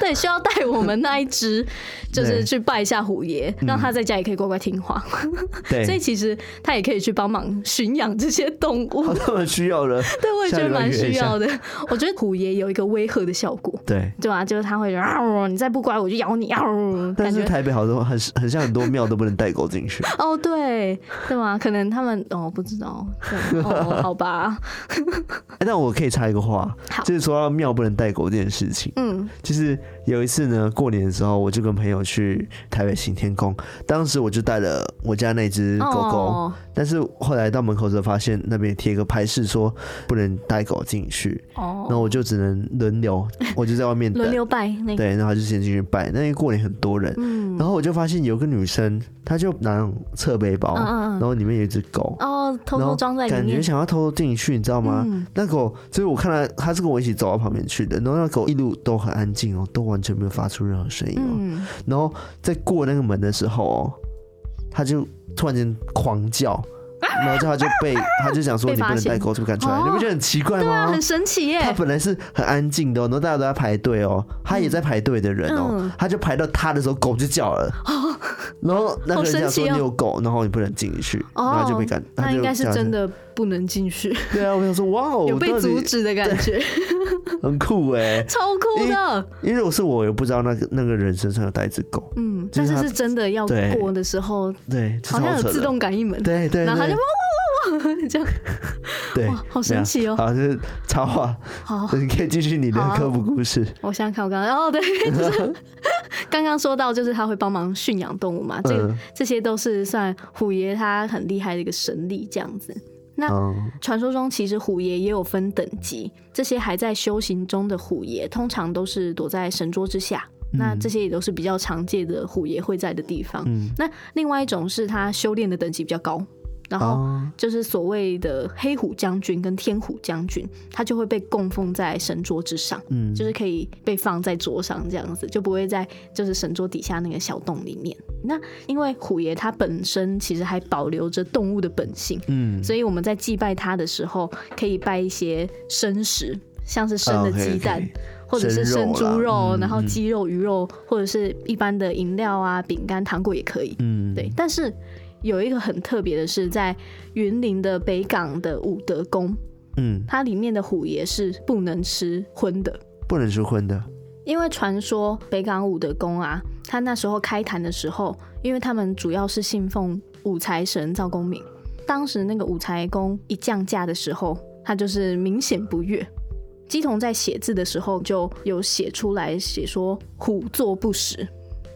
[SPEAKER 2] 对，需要带我们那一只，就是
[SPEAKER 1] 对嗯
[SPEAKER 2] 去拜一下虎爷，让他在家也可以乖乖听话。
[SPEAKER 1] 对，
[SPEAKER 2] 所以其实他也可以去帮忙驯养这些动物
[SPEAKER 1] 好，。他们需要
[SPEAKER 2] <laughs>
[SPEAKER 1] 了。
[SPEAKER 2] 对，我也觉
[SPEAKER 1] 下
[SPEAKER 2] 得
[SPEAKER 1] 礼拜
[SPEAKER 2] 蛮
[SPEAKER 1] 约一
[SPEAKER 2] 需
[SPEAKER 1] 下
[SPEAKER 2] 要的。我觉得虎爷有一个威吓的效果，
[SPEAKER 1] 对，
[SPEAKER 2] 对吧、就是他会嗷，你再不乖我就咬你嗷，
[SPEAKER 1] 但
[SPEAKER 2] 感
[SPEAKER 1] 是
[SPEAKER 2] 觉。
[SPEAKER 1] 台北好多很很像很多庙都不能带狗进去。
[SPEAKER 2] 哦，对，对吗？可能他们哦，不知道，对
[SPEAKER 1] <laughs>
[SPEAKER 2] 哦，好吧，
[SPEAKER 1] 哎但我可以插一个话
[SPEAKER 2] <laughs> 好，
[SPEAKER 1] 就是说到庙不能带狗这件事情，
[SPEAKER 2] 嗯，
[SPEAKER 1] 就是有一次呢，过年的时候，我就跟朋友去台北行天宫，当时我就带了我家那只狗狗，
[SPEAKER 2] 哦，
[SPEAKER 1] 但是后来到门口的时候，发现那边贴一个牌示说不能带狗进去，
[SPEAKER 2] 哦，
[SPEAKER 1] 那我就只能轮
[SPEAKER 2] <laughs>
[SPEAKER 1] 流，我就在外面等
[SPEAKER 2] 轮，流拜那个，
[SPEAKER 1] 对，然后就先进去拜，那因为过年很多人，
[SPEAKER 2] 嗯，
[SPEAKER 1] 然后我就发现有个女生，她就拿那种侧背包，
[SPEAKER 2] 嗯嗯嗯
[SPEAKER 1] 然后里面有一只狗，
[SPEAKER 2] 哦，偷
[SPEAKER 1] 然
[SPEAKER 2] 偷
[SPEAKER 1] 后
[SPEAKER 2] 装在里
[SPEAKER 1] 感觉
[SPEAKER 2] 面，
[SPEAKER 1] 想要偷偷进去，你知道吗？
[SPEAKER 2] 嗯
[SPEAKER 1] 那狗就是我看到它是跟我一起走到旁边去的，然后那狗一路都很安静哦，都完全没有发出任何声音哦。
[SPEAKER 2] 嗯，
[SPEAKER 1] 然后在过那个门的时候哦，它就突然间狂叫，然后就它就
[SPEAKER 2] <laughs>
[SPEAKER 1] 被它就想说
[SPEAKER 2] 被
[SPEAKER 1] 你
[SPEAKER 2] 发
[SPEAKER 1] 不能
[SPEAKER 2] 现
[SPEAKER 1] 带狗这么敢出来，
[SPEAKER 2] 哦
[SPEAKER 1] 你不觉得很奇怪
[SPEAKER 2] 对啊，
[SPEAKER 1] 吗？
[SPEAKER 2] 很神奇耶
[SPEAKER 1] 他，本来是很安静的哦、然后大家都在排队哦，他也在排队的人哦，
[SPEAKER 2] 嗯哦
[SPEAKER 1] 他就排到他的时候，狗就叫了，然后那个人
[SPEAKER 2] 好神
[SPEAKER 1] 讲
[SPEAKER 2] 奇
[SPEAKER 1] 说
[SPEAKER 2] 哦
[SPEAKER 1] 你有狗，然后你不能进去，
[SPEAKER 2] 哦
[SPEAKER 1] 然后就被赶，他
[SPEAKER 2] 那
[SPEAKER 1] 就
[SPEAKER 2] 应该是
[SPEAKER 1] 叫
[SPEAKER 2] 真的不能进去，
[SPEAKER 1] 对啊，我想说哇哦，
[SPEAKER 2] 有被
[SPEAKER 1] 到底
[SPEAKER 2] 阻，止的感觉，
[SPEAKER 1] 很酷哎、
[SPEAKER 2] 超酷的。
[SPEAKER 1] 因为我是我也不知道那个那个人身上有带一只狗，
[SPEAKER 2] 嗯，
[SPEAKER 1] 就
[SPEAKER 2] 但
[SPEAKER 1] 是
[SPEAKER 2] 是
[SPEAKER 1] 它
[SPEAKER 2] 是真的要
[SPEAKER 1] 对
[SPEAKER 2] 过的时候，
[SPEAKER 1] 对，这
[SPEAKER 2] 好像
[SPEAKER 1] 超
[SPEAKER 2] 有
[SPEAKER 1] 扯的
[SPEAKER 2] 自动感应门，
[SPEAKER 1] 对对
[SPEAKER 2] 然后他就
[SPEAKER 1] 对
[SPEAKER 2] 哇哇哇哇这样，
[SPEAKER 1] 对，
[SPEAKER 2] 哇好神奇哦
[SPEAKER 1] 好，就是插话，
[SPEAKER 2] 好，
[SPEAKER 1] <laughs> 你可以继续你
[SPEAKER 2] 好
[SPEAKER 1] 的
[SPEAKER 2] 啊
[SPEAKER 1] 科普故事。
[SPEAKER 2] 我想想看，我刚刚
[SPEAKER 1] <laughs>
[SPEAKER 2] 哦，对，就是刚刚说到，就是他会帮忙驯养动物嘛，这个、
[SPEAKER 1] 嗯
[SPEAKER 2] 这些都是算虎爷他很厉害的一个神力这样子。那
[SPEAKER 1] 嗯
[SPEAKER 2] 传说中其实虎爷也有分等级，这些还在修行中的虎爷，通常都是躲在神桌之下。那这些也都是比较常见的虎爷会在的地方。
[SPEAKER 1] 嗯
[SPEAKER 2] 那另外一种是他修炼的等级比较高，然后
[SPEAKER 1] 哦
[SPEAKER 2] 就是所谓的黑虎将军跟天虎将军，他就会被供奉在神桌之上。
[SPEAKER 1] 嗯，
[SPEAKER 2] 就是可以被放在桌上这样子，就不会在就是神桌底下那个小洞里面。那因为虎爷它本身其实还保留着动物的本性，
[SPEAKER 1] 嗯
[SPEAKER 2] 所以我们在祭拜它的时候，可以拜一些生食，像是生的鸡蛋。
[SPEAKER 1] 啊 OK，OK
[SPEAKER 2] 或者是
[SPEAKER 1] 哦生肉啦
[SPEAKER 2] 生猪肉，
[SPEAKER 1] 嗯
[SPEAKER 2] 然后鸡肉、鱼肉，或者是一般的饮料啊、饼干、糖果也可以。
[SPEAKER 1] 嗯，
[SPEAKER 2] 对，但是有一个很特别的是，在云林的北港的武德宫，
[SPEAKER 1] 嗯，
[SPEAKER 2] 它里面的虎爷是不能吃荤的。
[SPEAKER 1] 不能说荤的，
[SPEAKER 2] 因为传说北港武德宫啊，他那时候开坛的时候，因为他们主要是信奉武财神赵公明，当时那个武财公一降价的时候，他就是明显不悦。姬童在写字的时候就有写出来，写说虎作不实。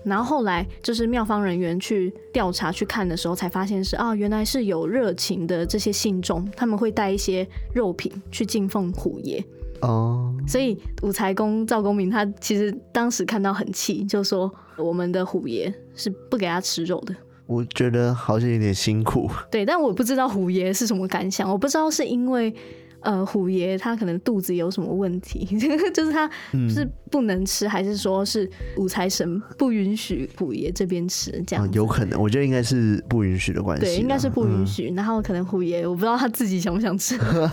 [SPEAKER 2] 然后后来就是妙方人员去调查去看的时候，才发现是啊，原来是有热情的这些信众，他们会带一些肉品去敬奉虎爷。
[SPEAKER 1] 哦，
[SPEAKER 2] 所以武财公赵公明他其实当时看到很气，就说我们的虎爷是不给他吃肉的。
[SPEAKER 1] 我觉得好像有点辛苦，
[SPEAKER 2] 对，但我不知道虎爷是什么感想，我不知道是因为呃虎爷他可能肚子有什么问题， <laughs> 就是他是不能吃，还是说是武财神不允许虎爷这边吃这
[SPEAKER 1] 啊
[SPEAKER 2] 样，子。
[SPEAKER 1] 有可能，我觉得应该是不允许的关系啦，
[SPEAKER 2] 对，应该是不允许。然后可能虎爷，我不知道他自己想不想吃，
[SPEAKER 1] 嗯，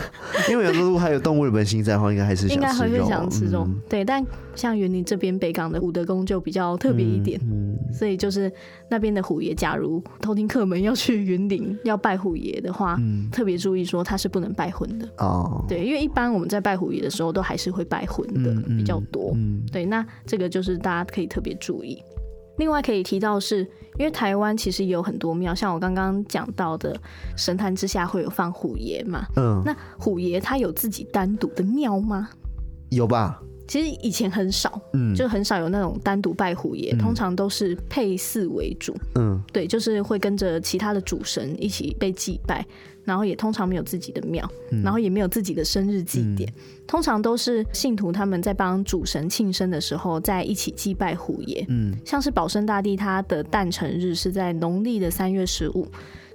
[SPEAKER 1] 因为有时候还有动物的本性在的话，应该还是
[SPEAKER 2] 应该还
[SPEAKER 1] 吃
[SPEAKER 2] 会
[SPEAKER 1] 肉，
[SPEAKER 2] 想吃肉。
[SPEAKER 1] 嗯
[SPEAKER 2] 对，但像园林这边北港的武德宫就比较特别一点。
[SPEAKER 1] 嗯，
[SPEAKER 2] 所以就是那边的虎爷，假如偷听客们要去云林要拜虎爷的话，
[SPEAKER 1] 嗯
[SPEAKER 2] 特别注意说他是不能拜荤的。
[SPEAKER 1] 哦，
[SPEAKER 2] 对，因为一般我们在拜虎爷的时候，都还是会拜荤的、
[SPEAKER 1] 嗯嗯
[SPEAKER 2] 比较多。
[SPEAKER 1] 嗯
[SPEAKER 2] 对，那这个就是大家可以特别注意。另外可以提到是，因为台湾其实也有很多庙，像我刚刚讲到的神坛之下会有放虎爷嘛。
[SPEAKER 1] 嗯，
[SPEAKER 2] 那虎爷他有自己单独的庙吗？
[SPEAKER 1] 有吧？
[SPEAKER 2] 其实以前很少，
[SPEAKER 1] 嗯，
[SPEAKER 2] 就很少有那种单独拜虎爷，通常都是配祀为主。
[SPEAKER 1] 嗯
[SPEAKER 2] 对，就是会跟着其他的主神一起被祭拜，然后也通常没有自己的庙，然后也没有自己的生日祭典，通常都是信徒他们在帮主神庆生的时候在一起祭拜虎爷。
[SPEAKER 1] 嗯
[SPEAKER 2] 像是保生大帝他的诞辰日是在农历的三月十五，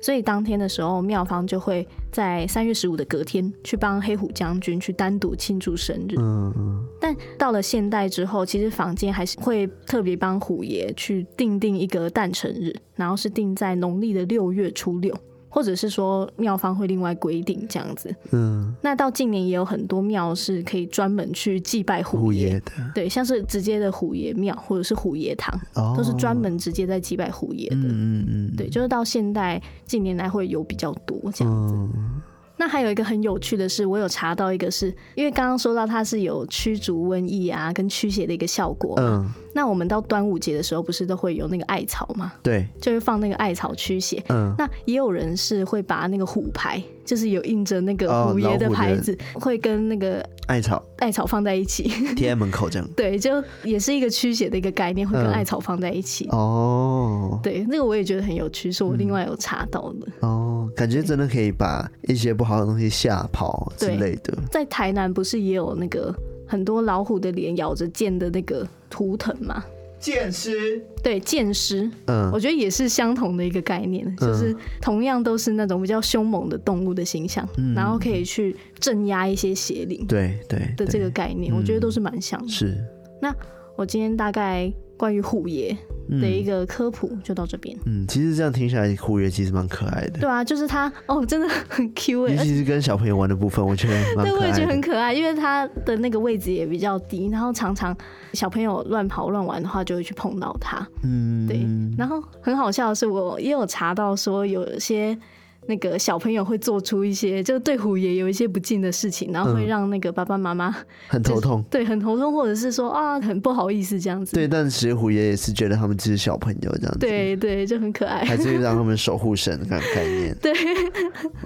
[SPEAKER 2] 所以当天的时候，庙方就会在三月十五的隔天去帮黑虎将军去单独庆祝生日。
[SPEAKER 1] 嗯嗯，
[SPEAKER 2] 但到了现代之后，其实坊间还是会特别帮虎爷去定定一个诞辰日，然后是定在农历的六月初六，或者是说庙方会另外规定这样子。
[SPEAKER 1] 嗯，
[SPEAKER 2] 那到近年也有很多庙是可以专门去祭拜
[SPEAKER 1] 虎
[SPEAKER 2] 虎爷，
[SPEAKER 1] 爷的
[SPEAKER 2] 对，像是直接的虎爷庙或者是虎爷堂，
[SPEAKER 1] 哦，
[SPEAKER 2] 都是专门直接在祭拜虎爷的。
[SPEAKER 1] 嗯嗯嗯，
[SPEAKER 2] 对，就是到现代近年来会有比较多这样子。
[SPEAKER 1] 嗯
[SPEAKER 2] 那还有一个很有趣的是，我有查到一个是，因为刚刚说到它是有驱逐瘟疫啊跟驱邪的一个效果。
[SPEAKER 1] 嗯，
[SPEAKER 2] 那我们到端午节的时候，不是都会有那个艾草嘛，
[SPEAKER 1] 对，
[SPEAKER 2] 就会放那个艾草驱邪。
[SPEAKER 1] 嗯
[SPEAKER 2] 那也有人是会把那个虎牌，就是有印着那个
[SPEAKER 1] 哦
[SPEAKER 2] 虎爷的
[SPEAKER 1] 老虎的
[SPEAKER 2] 牌子，会跟那个
[SPEAKER 1] 艾草
[SPEAKER 2] 艾草放在一起。 <laughs>
[SPEAKER 1] 贴在门口这样，
[SPEAKER 2] 对，就也是一个驱邪的一个概念，会跟
[SPEAKER 1] 嗯
[SPEAKER 2] 艾草放在一起。
[SPEAKER 1] 哦
[SPEAKER 2] 对，那个我也觉得很有趣，是我
[SPEAKER 1] 嗯
[SPEAKER 2] 另外有查到的。
[SPEAKER 1] 哦，感觉真的可以把一些不好的东西吓跑之
[SPEAKER 2] 对
[SPEAKER 1] 类的，
[SPEAKER 2] 在台南不是也有那个很多老虎的脸咬着剑的那个图腾嘛？
[SPEAKER 3] 剑师
[SPEAKER 2] 对，剑师，
[SPEAKER 1] 嗯
[SPEAKER 2] 我觉得也是相同的一个概念，就是同样都是那种比较凶猛的动物的形象，
[SPEAKER 1] 嗯
[SPEAKER 2] 然后可以去镇压一些邪灵
[SPEAKER 1] 对对
[SPEAKER 2] 的
[SPEAKER 1] 对，
[SPEAKER 2] 这个概念，我觉得都是蛮像的。
[SPEAKER 1] 是，
[SPEAKER 2] 那我今天大概关于虎爷的一个科普就到这边。
[SPEAKER 1] 嗯，其实这样听起来，虎爷其实蛮可爱的，
[SPEAKER 2] 对啊，就是它哦，真的很 Q 哎、
[SPEAKER 1] 尤
[SPEAKER 2] 而且
[SPEAKER 1] 其是跟小朋友玩的部分，我觉得蛮
[SPEAKER 2] 对，
[SPEAKER 1] 可
[SPEAKER 2] 我也
[SPEAKER 1] 爱
[SPEAKER 2] 觉得很
[SPEAKER 1] 的。
[SPEAKER 2] 可爱，因为它的那个位置也比较低，然后常常小朋友乱跑乱玩的话，就会去碰到它。
[SPEAKER 1] 嗯，
[SPEAKER 2] 对，然后很好笑的是，我也有查到说，有些那个小朋友会做出一些，就是对虎爷有一些不敬的事情，然后会
[SPEAKER 1] 嗯
[SPEAKER 2] 让那个爸爸妈妈
[SPEAKER 1] 很头痛。
[SPEAKER 2] 对很头痛，或者是说啊很不好意思这样子。
[SPEAKER 1] 对，但其实虎爷也是觉得他们只是小朋友这样子，，
[SPEAKER 2] 对对，就很可爱。
[SPEAKER 1] 还是让他们守护神的概概念。
[SPEAKER 2] <laughs> 对，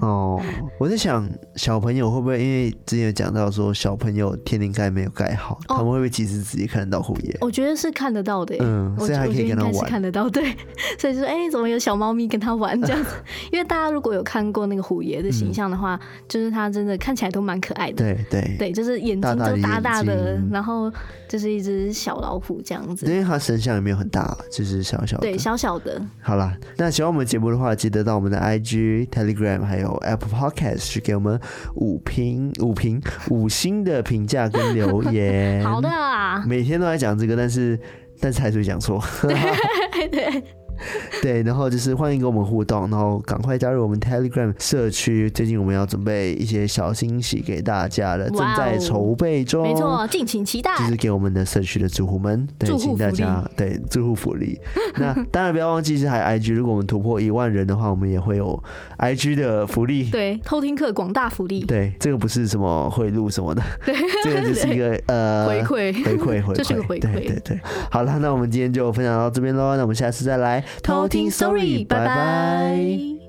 [SPEAKER 1] 哦，我在想小朋友会不会因为之前有讲到说小朋友天灵盖没有盖好，他
[SPEAKER 2] 哦
[SPEAKER 1] 们会不会其实直接看得到虎爷？
[SPEAKER 2] 我觉得是看得到的耶，
[SPEAKER 1] 嗯
[SPEAKER 2] 我
[SPEAKER 1] 所以
[SPEAKER 2] 觉
[SPEAKER 1] 还
[SPEAKER 2] 我
[SPEAKER 1] 可以
[SPEAKER 2] 觉得
[SPEAKER 1] 跟
[SPEAKER 2] 应
[SPEAKER 1] 他
[SPEAKER 2] 该是
[SPEAKER 1] 玩
[SPEAKER 2] 看得到，对， <laughs> 所以就说哎、怎么有小猫咪跟他玩这样子？ <laughs> 因为大家如果有看过那个虎爷的形象的话，就是他真的看起来都蛮可爱的，
[SPEAKER 1] 对对，
[SPEAKER 2] 对，就是眼
[SPEAKER 1] 大
[SPEAKER 2] 睛
[SPEAKER 1] 大的
[SPEAKER 2] 都大
[SPEAKER 1] 眼
[SPEAKER 2] 大的，
[SPEAKER 1] 睛
[SPEAKER 2] 然后就是一只小老虎这样子，
[SPEAKER 1] 因为他神像也没有很大，就是小小的。
[SPEAKER 2] 对，小小的，
[SPEAKER 1] 好啦，那喜欢我们节目的话，记得到我们的 IG、Telegram 还有 Apple Podcast 去给我们五评、五评、五星的评价跟留言。
[SPEAKER 2] <laughs> 好的，啊，
[SPEAKER 1] 每天都在讲这个，但是但是还是会讲错。 <laughs>
[SPEAKER 2] 对，
[SPEAKER 1] 对，然后就是欢迎跟我们互动，然后赶快加入我们 Telegram 社区。最近我们要准备一些小惊喜给大家了，正
[SPEAKER 2] 哇哦
[SPEAKER 1] 在筹备中。
[SPEAKER 2] 没错，敬请期待。
[SPEAKER 1] 就是给我们的社区的住户们，对，
[SPEAKER 2] 住户
[SPEAKER 1] 请大家对住户福
[SPEAKER 2] <laughs>
[SPEAKER 1] 利。那当然不要忘记是还有 IG，如果我们突破一万人的话，我们也会有 IG 的福利。
[SPEAKER 2] 对，偷听课广大福利，
[SPEAKER 1] 对，这个不是什么贿赂什
[SPEAKER 2] <laughs>
[SPEAKER 1] 么的，这个只是一个呃
[SPEAKER 2] 回馈
[SPEAKER 1] 回馈回馈，
[SPEAKER 2] <laughs> 这是个回馈
[SPEAKER 1] 对对对，好了，那我们今天就分享到这边喽，那我们下次再来
[SPEAKER 2] 偷听
[SPEAKER 1] Sorry，
[SPEAKER 2] ，sorry，拜
[SPEAKER 1] 拜
[SPEAKER 2] 拜。